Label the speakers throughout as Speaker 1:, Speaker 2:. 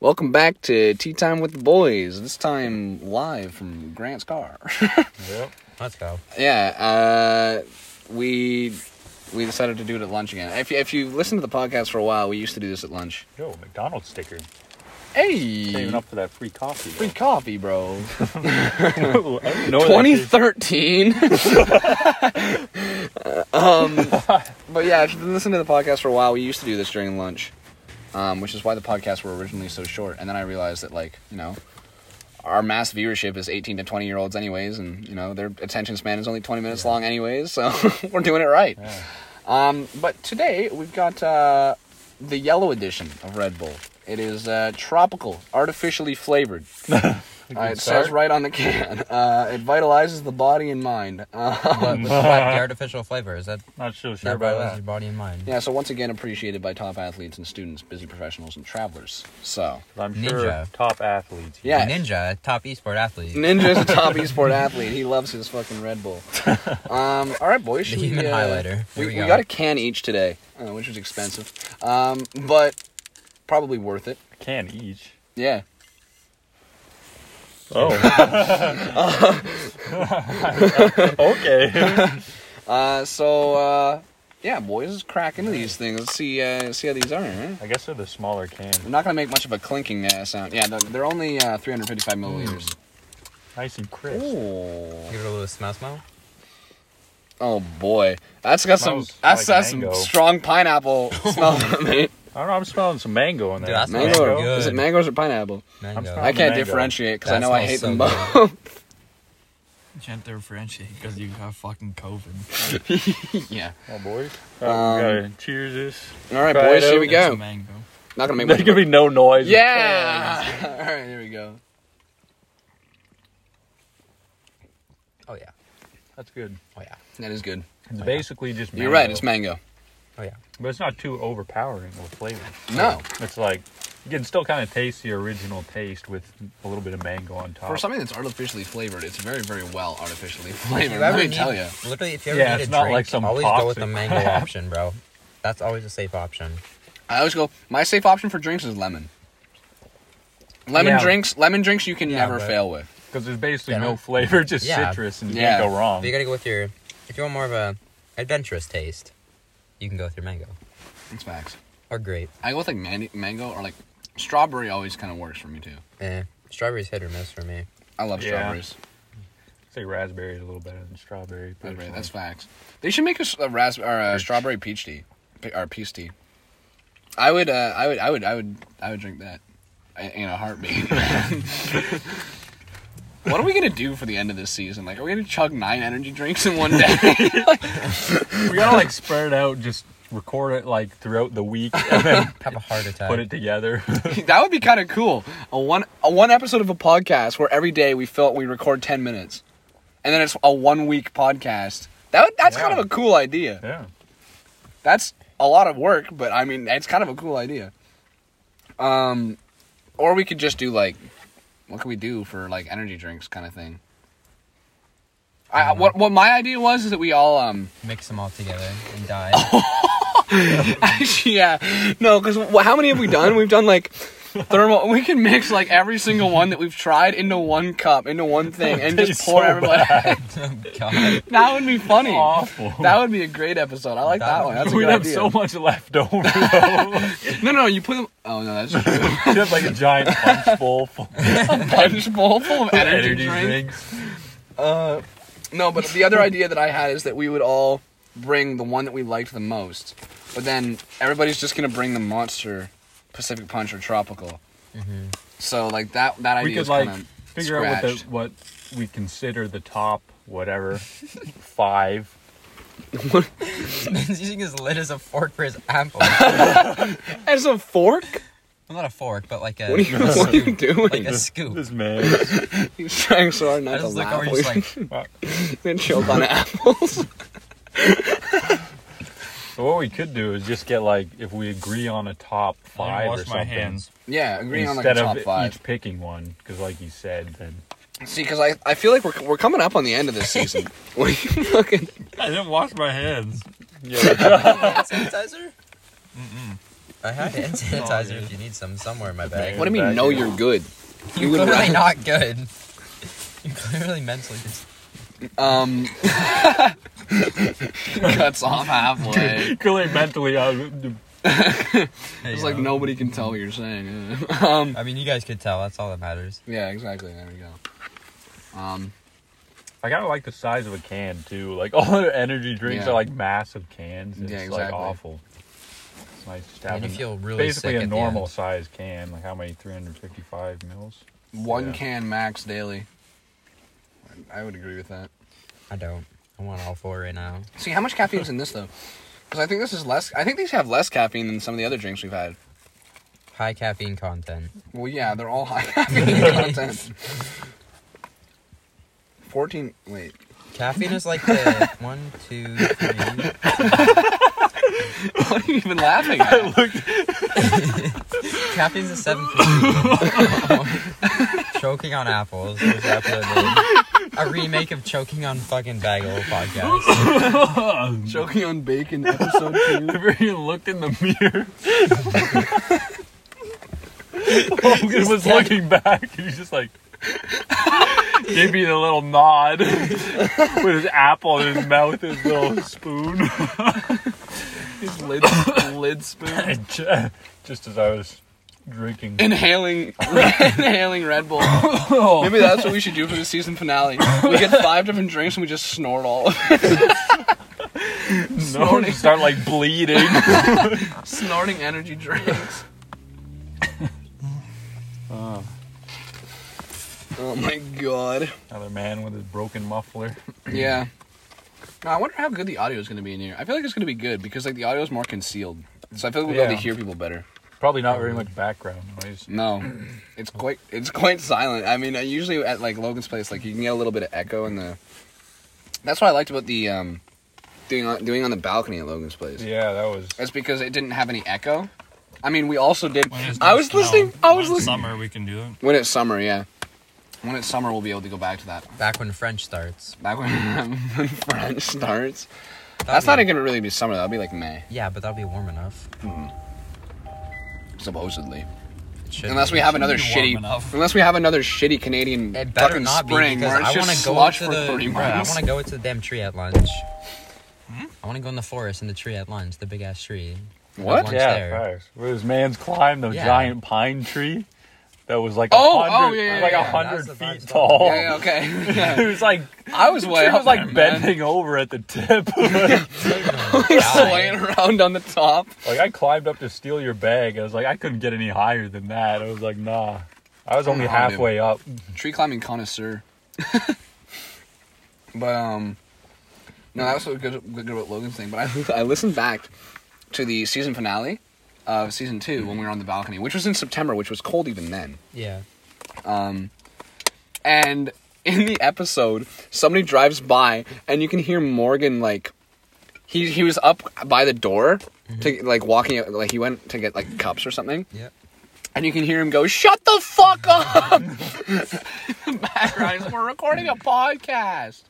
Speaker 1: Welcome back to Tea Time with the Boys. This time live from Grant's car.
Speaker 2: Yep. Let's go.
Speaker 1: yeah, uh, we we decided to do it at lunch again. If you, if you listen to the podcast for a while, we used to do this at lunch.
Speaker 2: Yo, McDonald's sticker.
Speaker 1: Hey,
Speaker 2: Saving up for that free coffee.
Speaker 1: free coffee, bro.
Speaker 2: no,
Speaker 1: 2013. um, but yeah, if you've been listening to the podcast for a while, we used to do this during lunch, um, which is why the podcasts were originally so short. And then I realized that, like, you know, our mass viewership is 18 to 20 year olds, anyways, and you know their attention span is only 20 minutes long, anyways. So we're doing it right. Um, but today we've got uh, the yellow edition of Red Bull. It is uh, tropical, artificially flavored. Uh, it says right on the can. Uh, it vitalizes the body and mind. Uh,
Speaker 3: With the fact, the artificial flavor is that
Speaker 2: Not so sure
Speaker 3: that
Speaker 2: about
Speaker 3: vitalizes your
Speaker 2: that.
Speaker 3: body and mind.
Speaker 1: yeah, so once again, appreciated by top athletes and students, busy professionals and travelers. So,
Speaker 2: But I'm sure
Speaker 3: Ninja.
Speaker 2: top athletes.
Speaker 1: Yeah.
Speaker 3: Ninja, top esport athlete,
Speaker 1: Ninja is a top esport athlete. He loves his fucking Red Bull. Um, all right, boys.
Speaker 3: the
Speaker 1: should we,
Speaker 3: human
Speaker 1: uh,
Speaker 3: highlighter.
Speaker 1: We, we
Speaker 3: Here we, go.
Speaker 1: got a can each today, uh, which was expensive, um, but probably worth it.
Speaker 2: Can each.
Speaker 1: Yeah.
Speaker 2: Oh. okay.
Speaker 1: Uh, so, uh, yeah, boys, let's crack into these things. Let's see, uh, see how these are. Right?
Speaker 2: I guess they're the smaller can.
Speaker 1: They're not gonna make much of a clinking uh, sound. Yeah, they're, they're only uh, 355 milliliters.
Speaker 2: Nice and crisp.
Speaker 1: Ooh.
Speaker 3: Give it a little smell, smell.
Speaker 1: Oh boy, that's got some
Speaker 2: Smells
Speaker 1: that's
Speaker 2: like
Speaker 1: got some
Speaker 2: mango.
Speaker 1: strong pineapple smell, to it.
Speaker 2: I don't know. I'm smelling some mango in
Speaker 3: Dude,
Speaker 2: there.
Speaker 3: that's
Speaker 1: Mango,
Speaker 3: Mango.
Speaker 1: or- is it
Speaker 3: Good.
Speaker 1: mangoes or pineapple?
Speaker 3: Mango.
Speaker 2: sorry.
Speaker 1: I can't
Speaker 2: Mango.
Speaker 1: differentiate because
Speaker 3: That
Speaker 1: I know I
Speaker 3: smells
Speaker 1: hate
Speaker 3: so
Speaker 1: them
Speaker 3: good.
Speaker 1: both.
Speaker 4: Can't differentiate because you got fucking COVID.
Speaker 1: yeah.
Speaker 2: Oh, boys. All right, we gotta cheers this.
Speaker 1: All right,
Speaker 2: Try it
Speaker 1: boys, here
Speaker 2: out.
Speaker 1: we
Speaker 4: It's
Speaker 1: go.
Speaker 4: a mango.
Speaker 1: Not gonna make
Speaker 2: There's
Speaker 1: much.
Speaker 2: gonna be no noise.
Speaker 1: yeah. All right, here we go.
Speaker 3: Oh yeah.
Speaker 2: That's good.
Speaker 3: Oh yeah.
Speaker 1: That is good.
Speaker 2: It's basically just mango.
Speaker 1: You're right. It's mango.
Speaker 3: Oh yeah.
Speaker 2: But it's not too overpowering with flavor.
Speaker 1: No.
Speaker 2: It's like you can still kind of taste the original taste with a little bit of mango on top.
Speaker 1: Oh, For something that's artificially flavored, it's very, very well artificially flavored. Let
Speaker 3: ever
Speaker 1: me
Speaker 3: need-
Speaker 1: tell you.
Speaker 3: Literally, if you ever
Speaker 2: Yeah,
Speaker 3: need
Speaker 2: it's
Speaker 3: a
Speaker 2: not
Speaker 3: drink,
Speaker 2: like some
Speaker 3: always go with the
Speaker 2: toxic
Speaker 3: mango
Speaker 2: crap.
Speaker 3: option, bro. That's always a safe option.
Speaker 1: I always go. My safe option for drinks is lemon. Lemon
Speaker 2: Yeah.
Speaker 1: drinks. Lemon drinks you can
Speaker 3: Yeah,
Speaker 1: never
Speaker 3: but-
Speaker 1: fail with.
Speaker 2: because there's basically
Speaker 3: Yeah.
Speaker 2: no flavor, just
Speaker 3: Yeah.
Speaker 2: citrus, and you
Speaker 1: Yeah.
Speaker 2: can't go wrong.
Speaker 3: But you gotta go with your. If you want more of a adventurous taste, you can go with your mango
Speaker 1: It's facts.
Speaker 3: or grape.
Speaker 1: I go with like man- mango or like strawberry. Always kind of works for me too.
Speaker 3: Eh, strawberries hit or miss for me.
Speaker 1: I love
Speaker 2: Yeah.
Speaker 1: strawberries.
Speaker 2: I'd say raspberry is a little better than strawberry.
Speaker 1: That's,
Speaker 2: personally.
Speaker 1: right, that's facts. They should make a, s- a rasp- or a strawberry peach tea, Pe- or peach tea. I would, uh, I would, I would, I would, I would drink that I- in a heartbeat. what are we gonna do for the end of this season? Like, are we gonna chug nine energy drinks in one day?
Speaker 2: we gotta like spread it out, just record it like throughout the week, and then
Speaker 3: Have a heart attack.
Speaker 2: put it together.
Speaker 1: that would be kind of cool. A one, a one episode of a podcast where every day we fill, we record ten minutes, and then it's a one week podcast. That would, that's kind
Speaker 2: Yeah.
Speaker 1: of a cool idea.
Speaker 2: yeah,
Speaker 1: that's a lot of work, but I mean, it's kind of a cool idea. Um, or we could just do like, what could we do for like energy drinks kind of thing? I, I- what what my idea was is that we all um
Speaker 3: Mix them all together and die.
Speaker 1: yeah no because how many have we done we've done like thermal we can mix like every single one that we've tried into one cup into one thing and just
Speaker 2: Tastes
Speaker 1: pour
Speaker 2: so
Speaker 1: everybody
Speaker 3: God.
Speaker 1: that would be funny
Speaker 2: awful.
Speaker 1: that would be a great episode I like that,
Speaker 3: That
Speaker 1: one
Speaker 3: would-
Speaker 1: that's a
Speaker 2: We'd
Speaker 1: good
Speaker 2: have
Speaker 1: idea
Speaker 2: so much left over. though.
Speaker 1: no no you put them oh no that's true.
Speaker 2: We'd have like a giant punch bowl full of
Speaker 1: punch bowl full of energy,
Speaker 2: energy
Speaker 1: drink.
Speaker 2: drinks.
Speaker 1: No, but the other idea that I had is that we would all bring the one that we liked the most, but then everybody's just gonna bring the monster Pacific Punch or tropical. So like that that idea
Speaker 2: we could
Speaker 1: is
Speaker 2: like
Speaker 1: kind of
Speaker 2: figure out what the, what we consider the top whatever five.
Speaker 3: He's using his lid as a fork for his apple.
Speaker 1: as a fork.
Speaker 3: Well, not a fork, but like a.
Speaker 1: What are you, what are you doing?
Speaker 3: Like a scoop.
Speaker 2: This man.
Speaker 1: He's trying so hard not
Speaker 3: I
Speaker 1: to
Speaker 3: just look
Speaker 1: laugh.
Speaker 3: over just like,
Speaker 1: and choke on apples.
Speaker 2: so what we could do is just get like if we agree on a top
Speaker 4: I
Speaker 2: five or
Speaker 4: wash
Speaker 2: something.
Speaker 4: my hands.
Speaker 1: yeah, agreeing on like a
Speaker 2: Instead
Speaker 1: top
Speaker 2: of
Speaker 1: five.
Speaker 2: each picking one, because like you said, then
Speaker 1: See, because I, I feel like we're, we're coming up on the end of this season. what are you looking?
Speaker 4: I didn't wash my hands.
Speaker 3: "Hand sanitizer? I have hand sanitizer if you need some somewhere in my bag.
Speaker 1: What do you mean? Know you're good.
Speaker 3: You're
Speaker 1: would
Speaker 3: clearly
Speaker 1: rather-
Speaker 3: not good. You're clearly mentally just.
Speaker 1: Um, cuts off halfway.
Speaker 2: Clearly mentally,
Speaker 3: uh,
Speaker 2: I'm
Speaker 1: It's
Speaker 3: Hey,
Speaker 1: like
Speaker 3: yo.
Speaker 1: nobody can tell what you're saying. um,
Speaker 3: I mean, you guys could tell. That's all that matters.
Speaker 1: yeah, exactly. There we go. Um,
Speaker 2: I kind of like the size of a can too. Like all the energy drinks
Speaker 1: Yeah.
Speaker 2: are like massive cans. and
Speaker 1: Yeah,
Speaker 2: it's
Speaker 1: exactly.
Speaker 2: like awful. It's nice just
Speaker 3: And
Speaker 2: having
Speaker 3: you feel really
Speaker 2: basically
Speaker 3: sick
Speaker 2: a
Speaker 3: at the
Speaker 2: normal
Speaker 3: end.
Speaker 2: size can. Like how many? 355 mils.
Speaker 1: one
Speaker 2: Yeah.
Speaker 1: can max daily. I would agree with that.
Speaker 3: I don't. I want all four right now.
Speaker 1: See how much caffeine's in this though? Because I think this is less. I think these have less caffeine than some of the other drinks we've had.
Speaker 3: High caffeine content.
Speaker 1: Well, yeah, they're all high caffeine content. Fourteen. Wait.
Speaker 3: Caffeine is like the one, two, three.
Speaker 1: What are you even laughing at?
Speaker 3: Caffeine's a seven. percent. Choking on apples. was the episode name. A remake of Choking on Fucking Bagel podcast.
Speaker 1: Choking on bacon, episode two.
Speaker 2: Ever you looked in the mirror? Logan was looking back, and he's just like gave me the little nod with his apple in his mouth, his little spoon.
Speaker 1: His lid, lid spoon.
Speaker 2: And ju- just as I was drinking,
Speaker 1: Inhaling, inhaling Red Bull. Maybe that's what we should do for the season finale. We get five different drinks and we just snort all of it.
Speaker 2: no, start like bleeding.
Speaker 1: Snorting energy drinks. Oh my god.
Speaker 2: Another man with his broken muffler.
Speaker 1: Yeah. Now, I wonder how good the audio is going to be in here. I feel like it's going to be good because like the audio is more concealed, so I feel like we'll be able
Speaker 2: Yeah.
Speaker 1: to hear people better.
Speaker 2: Probably not very much background noise.
Speaker 1: No, it's quite it's quite silent. I mean, I usually at like Logan's place, like you can get a little bit of echo in the. That's what I liked about the um, doing on, doing on the balcony at Logan's place.
Speaker 2: Yeah, that was.
Speaker 1: That's because it didn't have any echo. I mean, we also did.
Speaker 4: When it's
Speaker 1: I
Speaker 4: not
Speaker 1: was
Speaker 4: snow,
Speaker 1: listening. I
Speaker 4: when
Speaker 1: was
Speaker 4: it's
Speaker 1: listening.
Speaker 4: Summer, we can do it.
Speaker 1: When it's summer, yeah. When it's summer, we'll be able to go back to that.
Speaker 3: Back when French starts.
Speaker 1: Back when French starts.
Speaker 3: That'll
Speaker 1: That's
Speaker 3: be-
Speaker 1: not gonna really be summer. That'll be like May,
Speaker 3: Yeah, but that'll be warm enough.
Speaker 1: supposedly.
Speaker 3: It should
Speaker 1: Unless
Speaker 3: be.
Speaker 1: we have another
Speaker 4: be warm
Speaker 1: shitty,
Speaker 4: enough.
Speaker 1: unless we have another shitty Canadian
Speaker 3: It better
Speaker 1: fucking
Speaker 3: not
Speaker 1: spring
Speaker 3: be
Speaker 1: where it's
Speaker 3: because I want
Speaker 1: just
Speaker 3: to go up
Speaker 1: slush
Speaker 3: to
Speaker 1: for
Speaker 3: the.
Speaker 1: thirty
Speaker 3: Bro, I
Speaker 1: months.
Speaker 3: want to go into the damn tree at lunch. I want to go in the forest in the tree at lunch, the big ass tree. Have
Speaker 1: What?
Speaker 3: lunch
Speaker 2: Yeah,
Speaker 3: there.
Speaker 2: facts. Where this man's climbed the
Speaker 3: Yeah.
Speaker 2: giant pine tree that was like a
Speaker 1: Oh, oh,
Speaker 2: hundred,
Speaker 1: yeah, yeah,
Speaker 2: like a
Speaker 1: yeah,
Speaker 2: hundred
Speaker 3: that's the
Speaker 2: feet
Speaker 3: vibe.
Speaker 2: tall.
Speaker 1: Yeah, yeah, okay. Yeah.
Speaker 2: it was like
Speaker 1: I was way
Speaker 2: it
Speaker 1: up
Speaker 2: was like
Speaker 1: there, man.
Speaker 2: bending over at the tip.
Speaker 1: swaying around on the top.
Speaker 2: like I climbed up to steal your bag. I was like, I couldn't get any higher than that. I was like, nah. I was only
Speaker 1: Nah, dude.
Speaker 2: halfway up.
Speaker 1: Tree climbing connoisseur. but um, no, that was what good, good about Logan's thing. But I I listened back to the season finale of season two when we were on the balcony, which was in September, which was cold even then.
Speaker 3: Yeah.
Speaker 1: and in the episode somebody drives by and you can hear morgan like he he was up by the door to like walking out like he went to get like cups or something
Speaker 3: Yep.
Speaker 1: and you can hear him go shut the fuck up in the background he's like, we're recording a podcast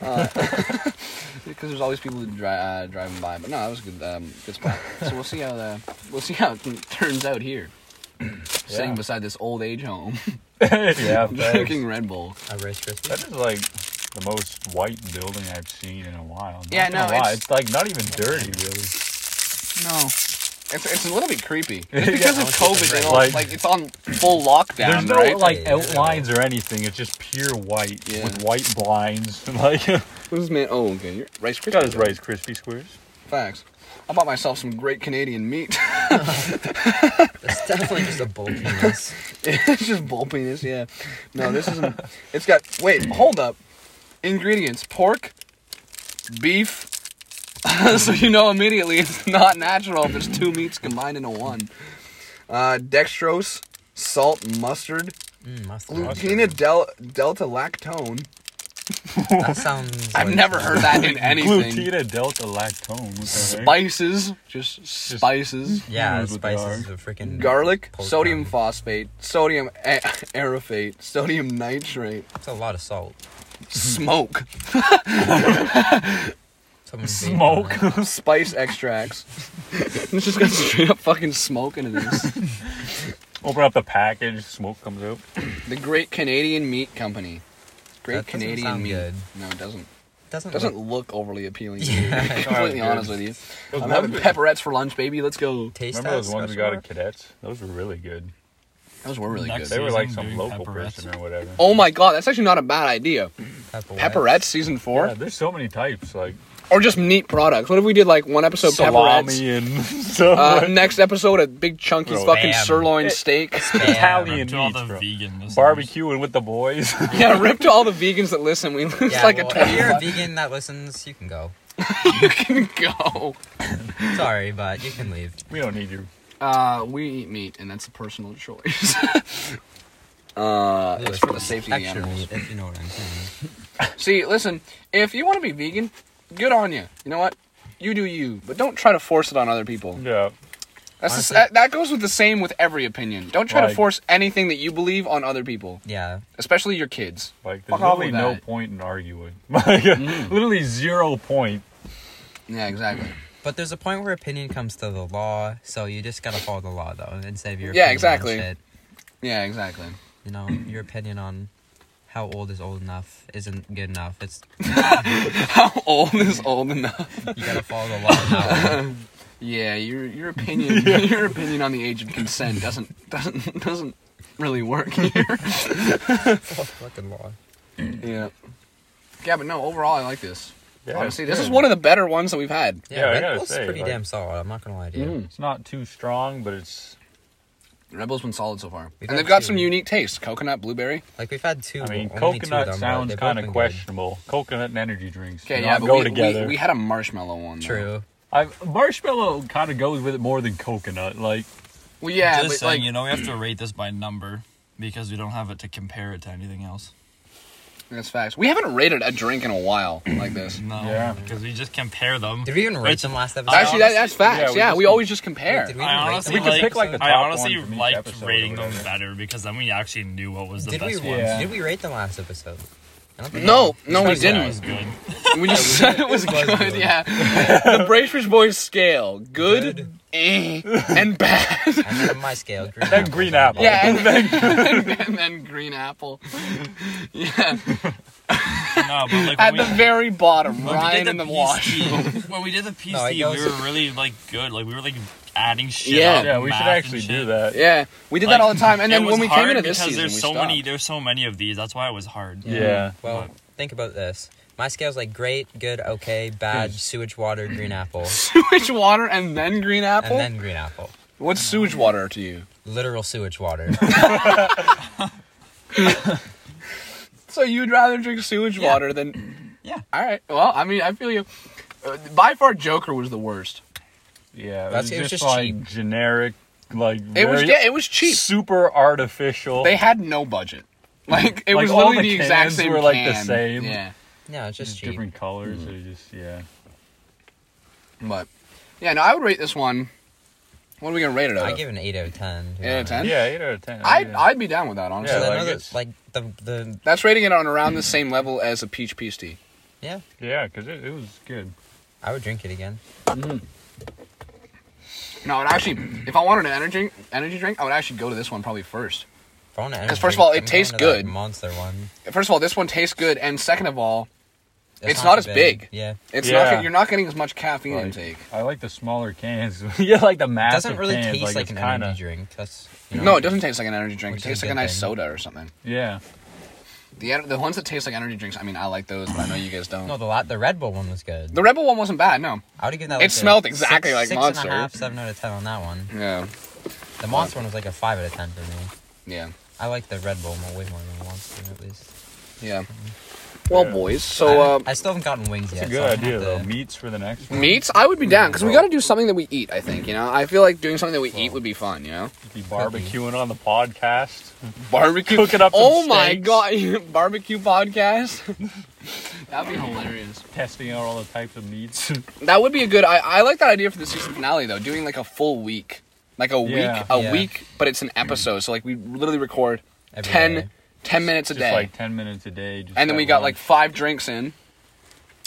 Speaker 1: Uh, because there's always people dri- uh, driving by but no that was a good um, good spot so we'll see how the we'll see how it turns out here sitting
Speaker 2: Yeah.
Speaker 1: beside this old age home
Speaker 2: yeah, facts.
Speaker 1: drinking red bull
Speaker 3: A Rice Krispie.
Speaker 2: that is like the most white building I've seen in a while. Not
Speaker 1: Yeah,
Speaker 2: gonna
Speaker 1: no,
Speaker 2: lie,
Speaker 1: it's-
Speaker 2: it's... like not even dirty really.
Speaker 1: No. It's, it's a little bit creepy.
Speaker 2: Yeah,
Speaker 1: It's because
Speaker 2: I
Speaker 1: of
Speaker 2: was
Speaker 1: COVID, they
Speaker 2: thinking,
Speaker 1: don't, like,
Speaker 2: like-
Speaker 1: it's on full lockdown,
Speaker 2: There's no
Speaker 1: right?
Speaker 2: like
Speaker 3: Yeah.
Speaker 2: outlines or anything. It's just pure white
Speaker 1: Yeah.
Speaker 2: with white blinds. Like got
Speaker 1: what is man? Oh, okay. You're Rice Krispies.
Speaker 2: his Rice Krispie squares.
Speaker 1: Facts. I bought myself some great Canadian meat.
Speaker 3: That's definitely just a bulkiness.
Speaker 1: it's just bull penis, yeah. No, this isn't. It's got. Wait, hold up. Ingredients pork, beef. so you know immediately it's not natural if there's two meats combined into one. Uh, dextrose, salt, mustard,
Speaker 3: Mm, mustard.
Speaker 1: glutina del- delta lactone.
Speaker 3: That sounds.
Speaker 1: I've
Speaker 3: like-
Speaker 1: never heard that in anything.
Speaker 2: Glutina delta lactone. What the heck?
Speaker 1: Spices, just spices,
Speaker 3: Yeah,
Speaker 2: Knows what they
Speaker 3: spices is a freaking
Speaker 1: garlic,
Speaker 3: pork
Speaker 1: sodium
Speaker 3: rind.
Speaker 1: phosphate, sodium a- araphate, sodium nitrate,
Speaker 3: That's a lot of salt.
Speaker 1: smoke.
Speaker 3: Someone's being
Speaker 2: Smoke.
Speaker 3: violent.
Speaker 1: Spice extracts. it's just got straight up fucking smoke into this.
Speaker 2: Open up the package, smoke comes out.
Speaker 1: The Great Canadian Meat Company. Great
Speaker 3: That doesn't
Speaker 1: Canadian
Speaker 3: sound
Speaker 1: Meat.
Speaker 3: good.
Speaker 1: No, it doesn't.
Speaker 3: Doesn't,
Speaker 1: It doesn't
Speaker 3: look-
Speaker 1: look overly appealing. To me,
Speaker 3: Yeah.
Speaker 1: to be completely honest with you.
Speaker 2: Those
Speaker 1: I'm having
Speaker 2: ones-
Speaker 1: pepperettes for lunch, baby. Let's go.
Speaker 3: taste
Speaker 2: Remember
Speaker 3: that
Speaker 2: those ones we
Speaker 3: special
Speaker 2: got at
Speaker 3: one?
Speaker 2: cadets? Those were really good.
Speaker 1: Those were really
Speaker 4: Next
Speaker 2: They
Speaker 1: good.
Speaker 2: were like
Speaker 4: Season
Speaker 2: some
Speaker 4: doing
Speaker 2: local
Speaker 4: pepperettes.
Speaker 2: person or whatever.
Speaker 1: Oh my god, that's actually not a bad idea.
Speaker 3: Pepperettes.
Speaker 1: Pepperettes season four,
Speaker 2: Yeah, there's so many types like
Speaker 1: or just meat products. What if we did like one episode pepperettes?
Speaker 2: salami and stuff.
Speaker 1: Uh, next episode, a big chunky
Speaker 2: Bro,
Speaker 1: fucking
Speaker 3: damn.
Speaker 1: sirloin steak.
Speaker 3: Damn.
Speaker 2: Italian
Speaker 4: To all
Speaker 2: meats,
Speaker 4: the
Speaker 2: bro.
Speaker 4: vegan listeners.
Speaker 2: Barbecue and with the boys.
Speaker 1: yeah, rip to all the vegans that listen. We lose
Speaker 3: Yeah,
Speaker 1: like
Speaker 3: well,
Speaker 1: a
Speaker 3: if
Speaker 1: twenty.
Speaker 3: you're a vegan that listens, you can go.
Speaker 1: you can go.
Speaker 3: Sorry, but you can leave.
Speaker 2: we don't need you.
Speaker 1: Uh, we eat meat, and that's a personal choice. uh, it's for the safety of the
Speaker 3: Extra
Speaker 1: animals.
Speaker 3: meat, if you know what I'm saying.
Speaker 1: See, listen, if you want to be vegan, good on you. You know what? You do you, but don't try to force it on other people.
Speaker 2: Yeah.
Speaker 1: That's the s
Speaker 3: Honestly-
Speaker 1: that, that goes with the same with every opinion. Don't try to
Speaker 2: Like-
Speaker 1: force anything that you believe on other people,
Speaker 3: Yeah,
Speaker 1: especially your kids.
Speaker 2: Like
Speaker 1: Fuck
Speaker 2: there's
Speaker 1: off
Speaker 2: literally
Speaker 1: with
Speaker 2: no
Speaker 1: that. Mm.
Speaker 2: point in arguing. Like, Literally zero point.
Speaker 1: Yeah, exactly.
Speaker 3: but there's a point where opinion comes to the law, so you just gotta follow the law though, and save your
Speaker 1: Yeah,
Speaker 3: opinion on
Speaker 1: exactly.
Speaker 3: shit.
Speaker 1: Yeah, exactly.
Speaker 3: You know, your opinion on how old is old enough isn't good enough. It's
Speaker 1: How old is old enough?
Speaker 3: you gotta follow the law. on that one.
Speaker 1: Yeah, your your opinion your opinion on the age of consent doesn't doesn't doesn't really work here.
Speaker 3: Fucking law.
Speaker 1: yeah. Yeah, but no, overall I like this.
Speaker 2: Yeah,
Speaker 1: Honestly,
Speaker 2: it's
Speaker 1: this is
Speaker 2: good.
Speaker 1: one of the better ones that we've had.
Speaker 3: Yeah,
Speaker 2: Yeah, I
Speaker 3: Red
Speaker 2: gotta
Speaker 3: Bull's
Speaker 2: say,
Speaker 3: pretty
Speaker 2: like-
Speaker 3: damn solid. I'm not gonna lie to you.
Speaker 1: Mm.
Speaker 2: It's not too strong, but it's.
Speaker 1: Rebel's been solid so far.
Speaker 3: We've
Speaker 1: and
Speaker 3: had
Speaker 1: they've got
Speaker 3: two.
Speaker 1: some unique tastes. Coconut, blueberry.
Speaker 3: Like we've had two.
Speaker 2: I mean,
Speaker 3: only two of
Speaker 2: coconut
Speaker 3: them, but
Speaker 2: sounds
Speaker 3: they've both
Speaker 2: kind of
Speaker 3: been
Speaker 2: questionable. Coconut and energy drinks.
Speaker 1: Okay,
Speaker 2: do
Speaker 1: yeah,
Speaker 2: not
Speaker 1: but
Speaker 2: go
Speaker 1: we,
Speaker 2: together.
Speaker 1: We, we had a marshmallow one.
Speaker 3: good.
Speaker 1: though.
Speaker 3: True.
Speaker 2: I've, marshmallow kind of goes with it more than coconut. Like,
Speaker 1: Well, yeah,
Speaker 4: Just
Speaker 1: but
Speaker 4: saying,
Speaker 1: like,
Speaker 4: you know, we have to rate this by number because we don't have it to compare it to anything else.
Speaker 1: that's facts. We haven't rated a drink in a while like this.
Speaker 4: No,
Speaker 2: Yeah.
Speaker 4: because we just compare them.
Speaker 3: Did we even rate
Speaker 4: It's-
Speaker 3: them last episode?
Speaker 1: Actually, that, that's facts.
Speaker 2: Yeah,
Speaker 1: Yeah,
Speaker 2: we
Speaker 1: we,
Speaker 2: just-
Speaker 1: always just compare.
Speaker 3: Did we even
Speaker 4: I
Speaker 3: rate
Speaker 4: honestly
Speaker 3: them last
Speaker 2: could
Speaker 4: like.
Speaker 2: pick, like, the
Speaker 3: episode?
Speaker 4: I
Speaker 2: top
Speaker 4: honestly
Speaker 2: one from each
Speaker 4: liked
Speaker 2: episode or
Speaker 4: rating them
Speaker 2: whatever.
Speaker 4: better because then we actually knew what was the
Speaker 3: Did
Speaker 4: best
Speaker 3: we,
Speaker 4: one.
Speaker 2: Yeah.
Speaker 3: did we rate them last episode? I don't think
Speaker 1: No, no, we
Speaker 4: Because that
Speaker 1: didn't.
Speaker 4: was good.
Speaker 1: We just said it was
Speaker 3: was
Speaker 1: good.
Speaker 3: good.
Speaker 1: Yeah, the Bracebridge Boys scale: good,
Speaker 3: Good.
Speaker 1: eh, and bad.
Speaker 3: I mean, on my scale, green
Speaker 2: That green apple.
Speaker 1: Yeah, and then, and then green apple. Yeah,
Speaker 4: No, but like
Speaker 1: at
Speaker 4: when we,
Speaker 1: the very bottom,
Speaker 4: when we did
Speaker 1: Ryan in the wash.
Speaker 4: PC when we did the PC,
Speaker 3: No, it
Speaker 4: we
Speaker 3: goes-
Speaker 4: were really like good. Like we were like adding shit.
Speaker 1: Yeah.
Speaker 4: up,
Speaker 2: Yeah, we
Speaker 4: math
Speaker 2: should
Speaker 4: and
Speaker 2: actually
Speaker 4: shit.
Speaker 2: do that.
Speaker 1: Yeah, we did
Speaker 4: Like,
Speaker 1: that all the time. And
Speaker 4: it
Speaker 1: then when
Speaker 4: was
Speaker 1: we came
Speaker 4: hard
Speaker 1: into this
Speaker 4: because
Speaker 1: season,
Speaker 4: there's
Speaker 1: we
Speaker 4: so
Speaker 1: stopped.
Speaker 4: many, there's so many of these. That's why it was hard.
Speaker 2: Yeah.
Speaker 3: Well, think about this. My scale's like great, good, okay, bad, sewage water, green apple,
Speaker 1: sewage water and then green apple.
Speaker 3: and then green apple.
Speaker 1: What's sewage water to you?
Speaker 3: Literal sewage water.
Speaker 1: So you'd rather drink sewage
Speaker 4: Yeah.
Speaker 1: water than?
Speaker 4: Yeah.
Speaker 1: All right. Well, I mean, I feel you. Uh, by far, Joker was the worst.
Speaker 2: Yeah. It
Speaker 3: That's-
Speaker 2: was,
Speaker 3: it was
Speaker 2: just,
Speaker 3: just
Speaker 2: like
Speaker 3: cheap.
Speaker 2: generic, like.
Speaker 1: It was
Speaker 2: very
Speaker 1: yeah, it was cheap.
Speaker 2: Super artificial.
Speaker 1: They had no budget. Like it
Speaker 2: Like,
Speaker 1: was
Speaker 2: all
Speaker 1: literally
Speaker 2: the
Speaker 1: the, exact
Speaker 2: cans
Speaker 1: same.
Speaker 2: were, like, the
Speaker 1: can.
Speaker 2: same.
Speaker 1: Yeah,
Speaker 3: no, it's just
Speaker 2: just
Speaker 3: cheap.
Speaker 2: different
Speaker 1: Mm.
Speaker 2: colors. It just, yeah.
Speaker 1: but yeah, no, I would rate this one. What are we gonna rate it out?
Speaker 3: I
Speaker 1: of?
Speaker 3: give it an eight out of ten. to be
Speaker 1: Eight out of
Speaker 3: honest.
Speaker 1: 10?
Speaker 2: Yeah, 8 out of 10.
Speaker 1: I'd
Speaker 2: yeah.
Speaker 1: I'd be down with that honestly.
Speaker 2: Yeah,
Speaker 3: Because I
Speaker 2: like
Speaker 3: know
Speaker 2: it's-
Speaker 3: that, like the the
Speaker 1: That's rating it on around the same level as a peach peach tea.
Speaker 3: yeah,
Speaker 2: Yeah, because it, it was good.
Speaker 3: I would drink it again.
Speaker 1: No, and actually, if I wanted an energy energy drink, I would actually go to this one probably first.
Speaker 3: Because
Speaker 1: first of all, it tastes good.
Speaker 3: Monster one.
Speaker 1: First of all, this one tastes good, and second of all, It's not
Speaker 3: too
Speaker 1: as big.
Speaker 3: Yeah,
Speaker 1: it's
Speaker 2: Yeah.
Speaker 1: not you're not getting as much caffeine
Speaker 2: Like,
Speaker 1: intake.
Speaker 2: I like the smaller cans. yeah, like the
Speaker 3: it
Speaker 2: massive
Speaker 3: doesn't really
Speaker 2: cans,
Speaker 3: taste like,
Speaker 2: it's
Speaker 3: an
Speaker 2: kinda,
Speaker 3: energy drink. That's you know,
Speaker 1: No, it doesn't taste like an energy drink.
Speaker 3: Which
Speaker 1: It
Speaker 3: is a
Speaker 1: tastes like
Speaker 3: good
Speaker 1: a nice
Speaker 3: thing.
Speaker 1: soda or something.
Speaker 2: Yeah.
Speaker 1: The en- the ones that taste like energy drinks, I mean, I like those, but I know you guys don't.
Speaker 3: No, the la- the Red Bull one was good.
Speaker 1: the Rebel one wasn't bad. No.
Speaker 3: I would give that.
Speaker 1: It
Speaker 3: like
Speaker 1: smelled
Speaker 3: a
Speaker 1: exactly
Speaker 3: six,
Speaker 1: like
Speaker 3: six
Speaker 1: Monster.
Speaker 3: And a half, seven out of ten on that one.
Speaker 1: Yeah.
Speaker 3: The Monster one was like a five out of ten for me.
Speaker 1: Yeah.
Speaker 3: I like the Red Bull more, way more than the Monster at least.
Speaker 1: Yeah. Well,
Speaker 2: Yeah.
Speaker 1: boys, so uh,
Speaker 3: I still haven't gotten wings
Speaker 2: It's
Speaker 3: yet.
Speaker 2: a
Speaker 3: so
Speaker 2: good
Speaker 3: I'm gonna
Speaker 2: idea,
Speaker 3: have
Speaker 2: though.
Speaker 3: to-
Speaker 2: Meats for the next one.
Speaker 1: meats, I would be down because we got to do something that we eat. I think you know. I feel like doing something that we eat would be fun. You know,
Speaker 2: Be barbecuing on the podcast.
Speaker 1: barbecue.
Speaker 2: Cooking up some
Speaker 1: oh my
Speaker 2: steaks.
Speaker 1: god, barbecue podcast. That'd be hilarious.
Speaker 2: testing out all the types of meats.
Speaker 1: That would be a good. I, I like that idea for the season finale though. Doing like a full week, like a
Speaker 2: Yeah.
Speaker 1: week, a
Speaker 3: Yeah.
Speaker 1: week, but it's an episode. So like we literally record
Speaker 3: Every
Speaker 1: 10,
Speaker 3: day.
Speaker 1: 10 minutes a
Speaker 2: just
Speaker 1: day,
Speaker 2: like 10 minutes a day. Just
Speaker 1: and then
Speaker 2: at
Speaker 1: we got like
Speaker 2: lunch.
Speaker 1: five drinks in.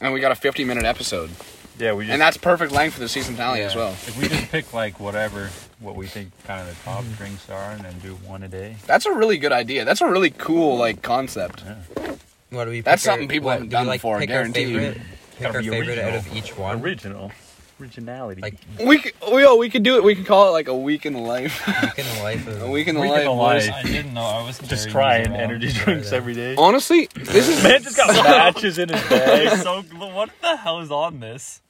Speaker 1: and we got a 50 minute episode,
Speaker 2: Yeah, we just
Speaker 1: and that's perfect length for the season finale
Speaker 2: yeah.
Speaker 1: as well.
Speaker 2: If we just pick like whatever what we think kind of the top drinks are, and then do one a day.
Speaker 1: That's a really good idea. That's a really cool like concept.
Speaker 3: What do we?
Speaker 1: That's
Speaker 3: pick our-
Speaker 1: something people
Speaker 3: what,
Speaker 1: haven't
Speaker 3: do we,
Speaker 1: done
Speaker 3: like,
Speaker 1: before, I
Speaker 3: Pick
Speaker 1: guarantee you.
Speaker 3: Our favorite, pick
Speaker 2: Gotta
Speaker 3: our
Speaker 2: be
Speaker 3: favorite out of
Speaker 2: original.
Speaker 3: each one.
Speaker 2: Original, originality.
Speaker 3: Like
Speaker 1: We c- we oh, we could do it. We could call it like a week in the life.
Speaker 3: back in the life of
Speaker 1: a week in the
Speaker 2: Week in
Speaker 1: life.
Speaker 2: the
Speaker 1: boys.
Speaker 2: life.
Speaker 4: I didn't know. I was
Speaker 2: just trying
Speaker 4: carrying these around.
Speaker 2: energy
Speaker 3: Try
Speaker 2: drinks
Speaker 3: that.
Speaker 2: every day.
Speaker 1: Honestly, this is
Speaker 2: Man just got matches in his bag.
Speaker 4: It's so gl- what the hell is on this?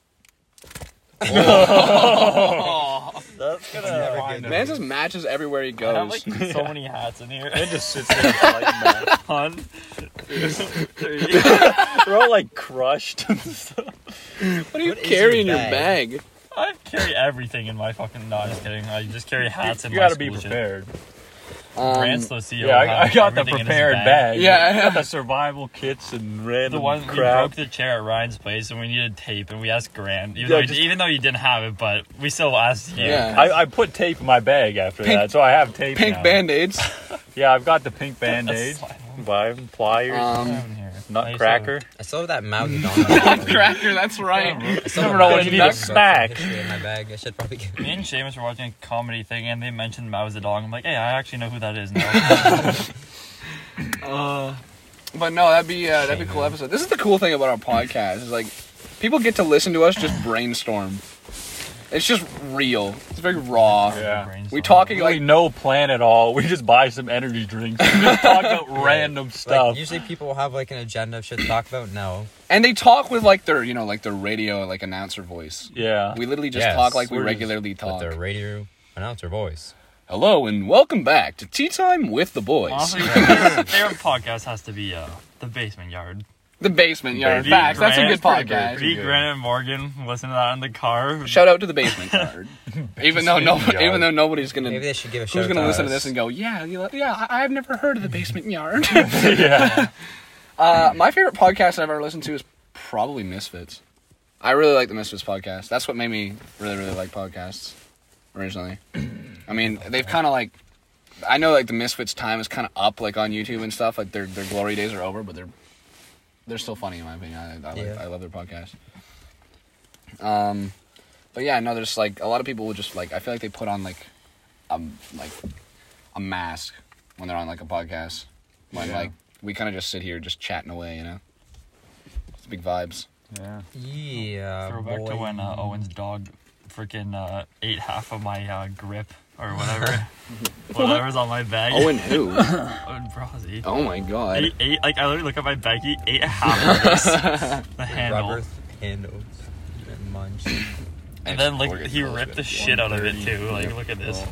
Speaker 1: Oh.
Speaker 2: That's gonna
Speaker 3: never
Speaker 2: find
Speaker 3: good.
Speaker 1: man just matches everywhere he
Speaker 4: I have
Speaker 1: goes.
Speaker 4: like so many hats in here.
Speaker 2: Man just sits there with a light in that.
Speaker 4: One, two, three.
Speaker 2: They're all like crushed and stuff.
Speaker 1: what do you
Speaker 3: What is
Speaker 1: carry
Speaker 3: your
Speaker 1: in your
Speaker 3: bag?
Speaker 1: bag?
Speaker 4: I carry everything in my fucking. No, just kidding. I just carry hats in
Speaker 2: you
Speaker 4: my
Speaker 2: gotta be
Speaker 4: school shit.
Speaker 2: prepared.
Speaker 1: Um,
Speaker 4: Grant's the CEO.
Speaker 2: Yeah, I, I
Speaker 4: had
Speaker 2: got the
Speaker 4: everything in his
Speaker 2: prepared bag.
Speaker 1: yeah,
Speaker 2: The survival kits and random
Speaker 4: The one we
Speaker 2: crap.
Speaker 4: broke the chair at Ryan's place, and we needed tape, and we asked Grant, even,
Speaker 2: Yeah,
Speaker 4: though, he-
Speaker 2: just-
Speaker 4: even though you didn't have it, but we still asked you.
Speaker 1: Yeah.
Speaker 2: I, I put tape in my bag after
Speaker 1: Pink-
Speaker 2: that, so I have tape.
Speaker 1: pink
Speaker 2: now.
Speaker 1: band aids.
Speaker 2: Yeah, I've got the pink
Speaker 4: That's
Speaker 2: band aid.
Speaker 4: fine.
Speaker 2: Buy 'em, pliers,
Speaker 4: What
Speaker 1: Um,
Speaker 4: happened here?
Speaker 2: nutcracker.
Speaker 3: I still have that mounted on. I
Speaker 1: Cracker, that's right.
Speaker 3: still
Speaker 2: Never
Speaker 3: have
Speaker 2: know
Speaker 3: that
Speaker 2: when you need a
Speaker 3: mounted
Speaker 2: snack.
Speaker 3: history In my bag, I should probably get.
Speaker 4: Me and Seamus were watching a comedy thing, and they mentioned Mao Zedong. I'm like, hey, I actually know who that is now.
Speaker 1: But no, that'd be uh, that'd be a cool episode. This is the cool thing about our podcast is like people get to listen to us just brainstorm. It's just real. It's very raw.
Speaker 2: Yeah.
Speaker 1: We talking
Speaker 2: Really
Speaker 1: like
Speaker 2: no plan at all. We just buy some energy drinks. We just talk about random
Speaker 3: Like
Speaker 2: stuff.
Speaker 3: usually people will have like an agenda of shit to talk about. No,
Speaker 1: and they talk with like their you know like their radio like announcer voice.
Speaker 2: yeah.
Speaker 1: We literally just
Speaker 3: Yes,
Speaker 1: talk like we
Speaker 3: we're just-
Speaker 1: regularly talk.
Speaker 3: with their radio announcer voice.
Speaker 1: Hello and welcome back to Tea Time with the Boys.
Speaker 4: Honestly, their favorite podcast has to be uh, The Basement Yard.
Speaker 1: The basement yard.
Speaker 2: Baby
Speaker 1: Facts. That's a good
Speaker 4: Grant's pretty
Speaker 1: podcast.
Speaker 4: Me, Grant, and Morgan listen to that in the car.
Speaker 1: Shout out to the basement yard. even though no,
Speaker 2: Basement yard.
Speaker 1: even though nobody's gonna,
Speaker 3: Maybe they should give a shout.
Speaker 1: who's gonna
Speaker 3: to
Speaker 1: listen to
Speaker 3: us.
Speaker 1: this and go, yeah, you- yeah, I- I've never heard of the basement yard.
Speaker 2: yeah.
Speaker 1: Uh, my favorite podcast I've ever listened to is probably Misfits. I really like the Misfits podcast. That's what made me really, really like podcasts originally. I mean, they've kind of like, I know like the Misfits time is kind of up like on YouTube and stuff. Like their their glory days are over, but they're they're still funny in my opinion. I I, like,
Speaker 3: Yeah.
Speaker 1: I love their podcast. Um, but yeah, no, there's like a lot of people will just like I feel like they put on like um like a mask when they're on like a podcast. When
Speaker 2: Yeah.
Speaker 1: like we kind of just sit here just chatting away, you know. It's big vibes.
Speaker 2: Yeah.
Speaker 3: Yeah,
Speaker 4: Throwback
Speaker 3: boy.
Speaker 4: to when uh, Owen's dog freaking uh, ate half of my uh, grip or whatever. Whatever's on my bag.
Speaker 1: Owen Oh, who?
Speaker 4: Owen Brozzi.
Speaker 1: oh my god.
Speaker 4: He ate, like, I literally look at my bag, he ate half of this. the handle.
Speaker 3: rubber handles and munch.
Speaker 4: And then, like,
Speaker 1: We're
Speaker 4: he
Speaker 1: getting
Speaker 4: ripped the
Speaker 1: close,
Speaker 4: shit out of it, too. Like, look at this.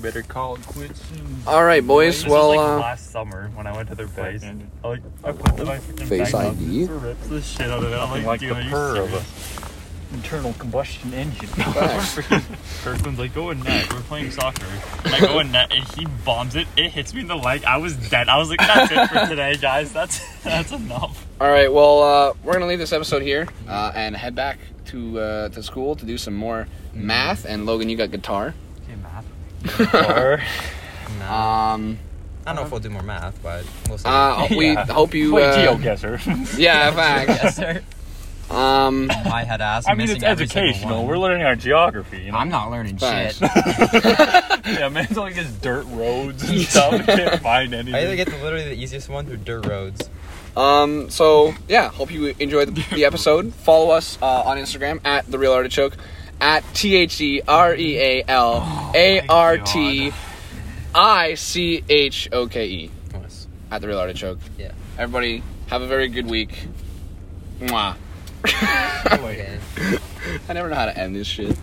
Speaker 2: Better call it quits soon.
Speaker 1: but- All right, boys.
Speaker 4: This
Speaker 1: well,
Speaker 4: was, like,
Speaker 1: uh,
Speaker 4: last summer when I went to their place.
Speaker 2: Backhanded.
Speaker 4: I, like, I put my freaking
Speaker 1: Face
Speaker 4: bag up,
Speaker 1: ID?
Speaker 4: ripped the shit out of it. I'm like,
Speaker 2: Like, like
Speaker 4: dude,
Speaker 2: the
Speaker 4: are you
Speaker 2: purr of
Speaker 4: serious?
Speaker 2: a internal combustion engine.
Speaker 1: facts.
Speaker 4: Kirkland's like, go in net. We're playing soccer. And I go in net, and he bombs it. It hits me in the leg. I was dead. I was like, that's it for today, guys. That's that's enough.
Speaker 1: all right. Well, uh, we're gonna leave this episode here uh, and head back to uh, to school to do some more math. And Logan, you got guitar.
Speaker 2: Or- Uh,
Speaker 3: Nah,
Speaker 1: Um,
Speaker 3: I don't know if we'll do more math, but we'll see.
Speaker 1: uh, we
Speaker 2: Yeah.
Speaker 1: hope you.
Speaker 2: Play
Speaker 1: Uh,
Speaker 2: geoguesser.
Speaker 1: yeah, facts.
Speaker 3: yes, sir.
Speaker 1: Um,
Speaker 3: I had asked.
Speaker 2: I mean, it's
Speaker 3: missing every single
Speaker 2: educational.
Speaker 3: one.
Speaker 2: We're learning our geography. You know?
Speaker 4: I'm not learning
Speaker 1: Thanks.
Speaker 2: yeah, man's only gets dirt roads and stuff. and can't find anything.
Speaker 3: I either get the, literally the easiest one through dirt roads.
Speaker 1: Um, so yeah, hope you enjoyed the, the episode. Follow us uh, on Instagram at the Real Artichoke, at T H E R E A L A R T I C H O K E
Speaker 3: Nice.
Speaker 1: at the Real Artichoke.
Speaker 3: Yeah.
Speaker 1: Everybody, have a very good week. Mwah.
Speaker 3: Okay.
Speaker 1: I never know how to end this shit.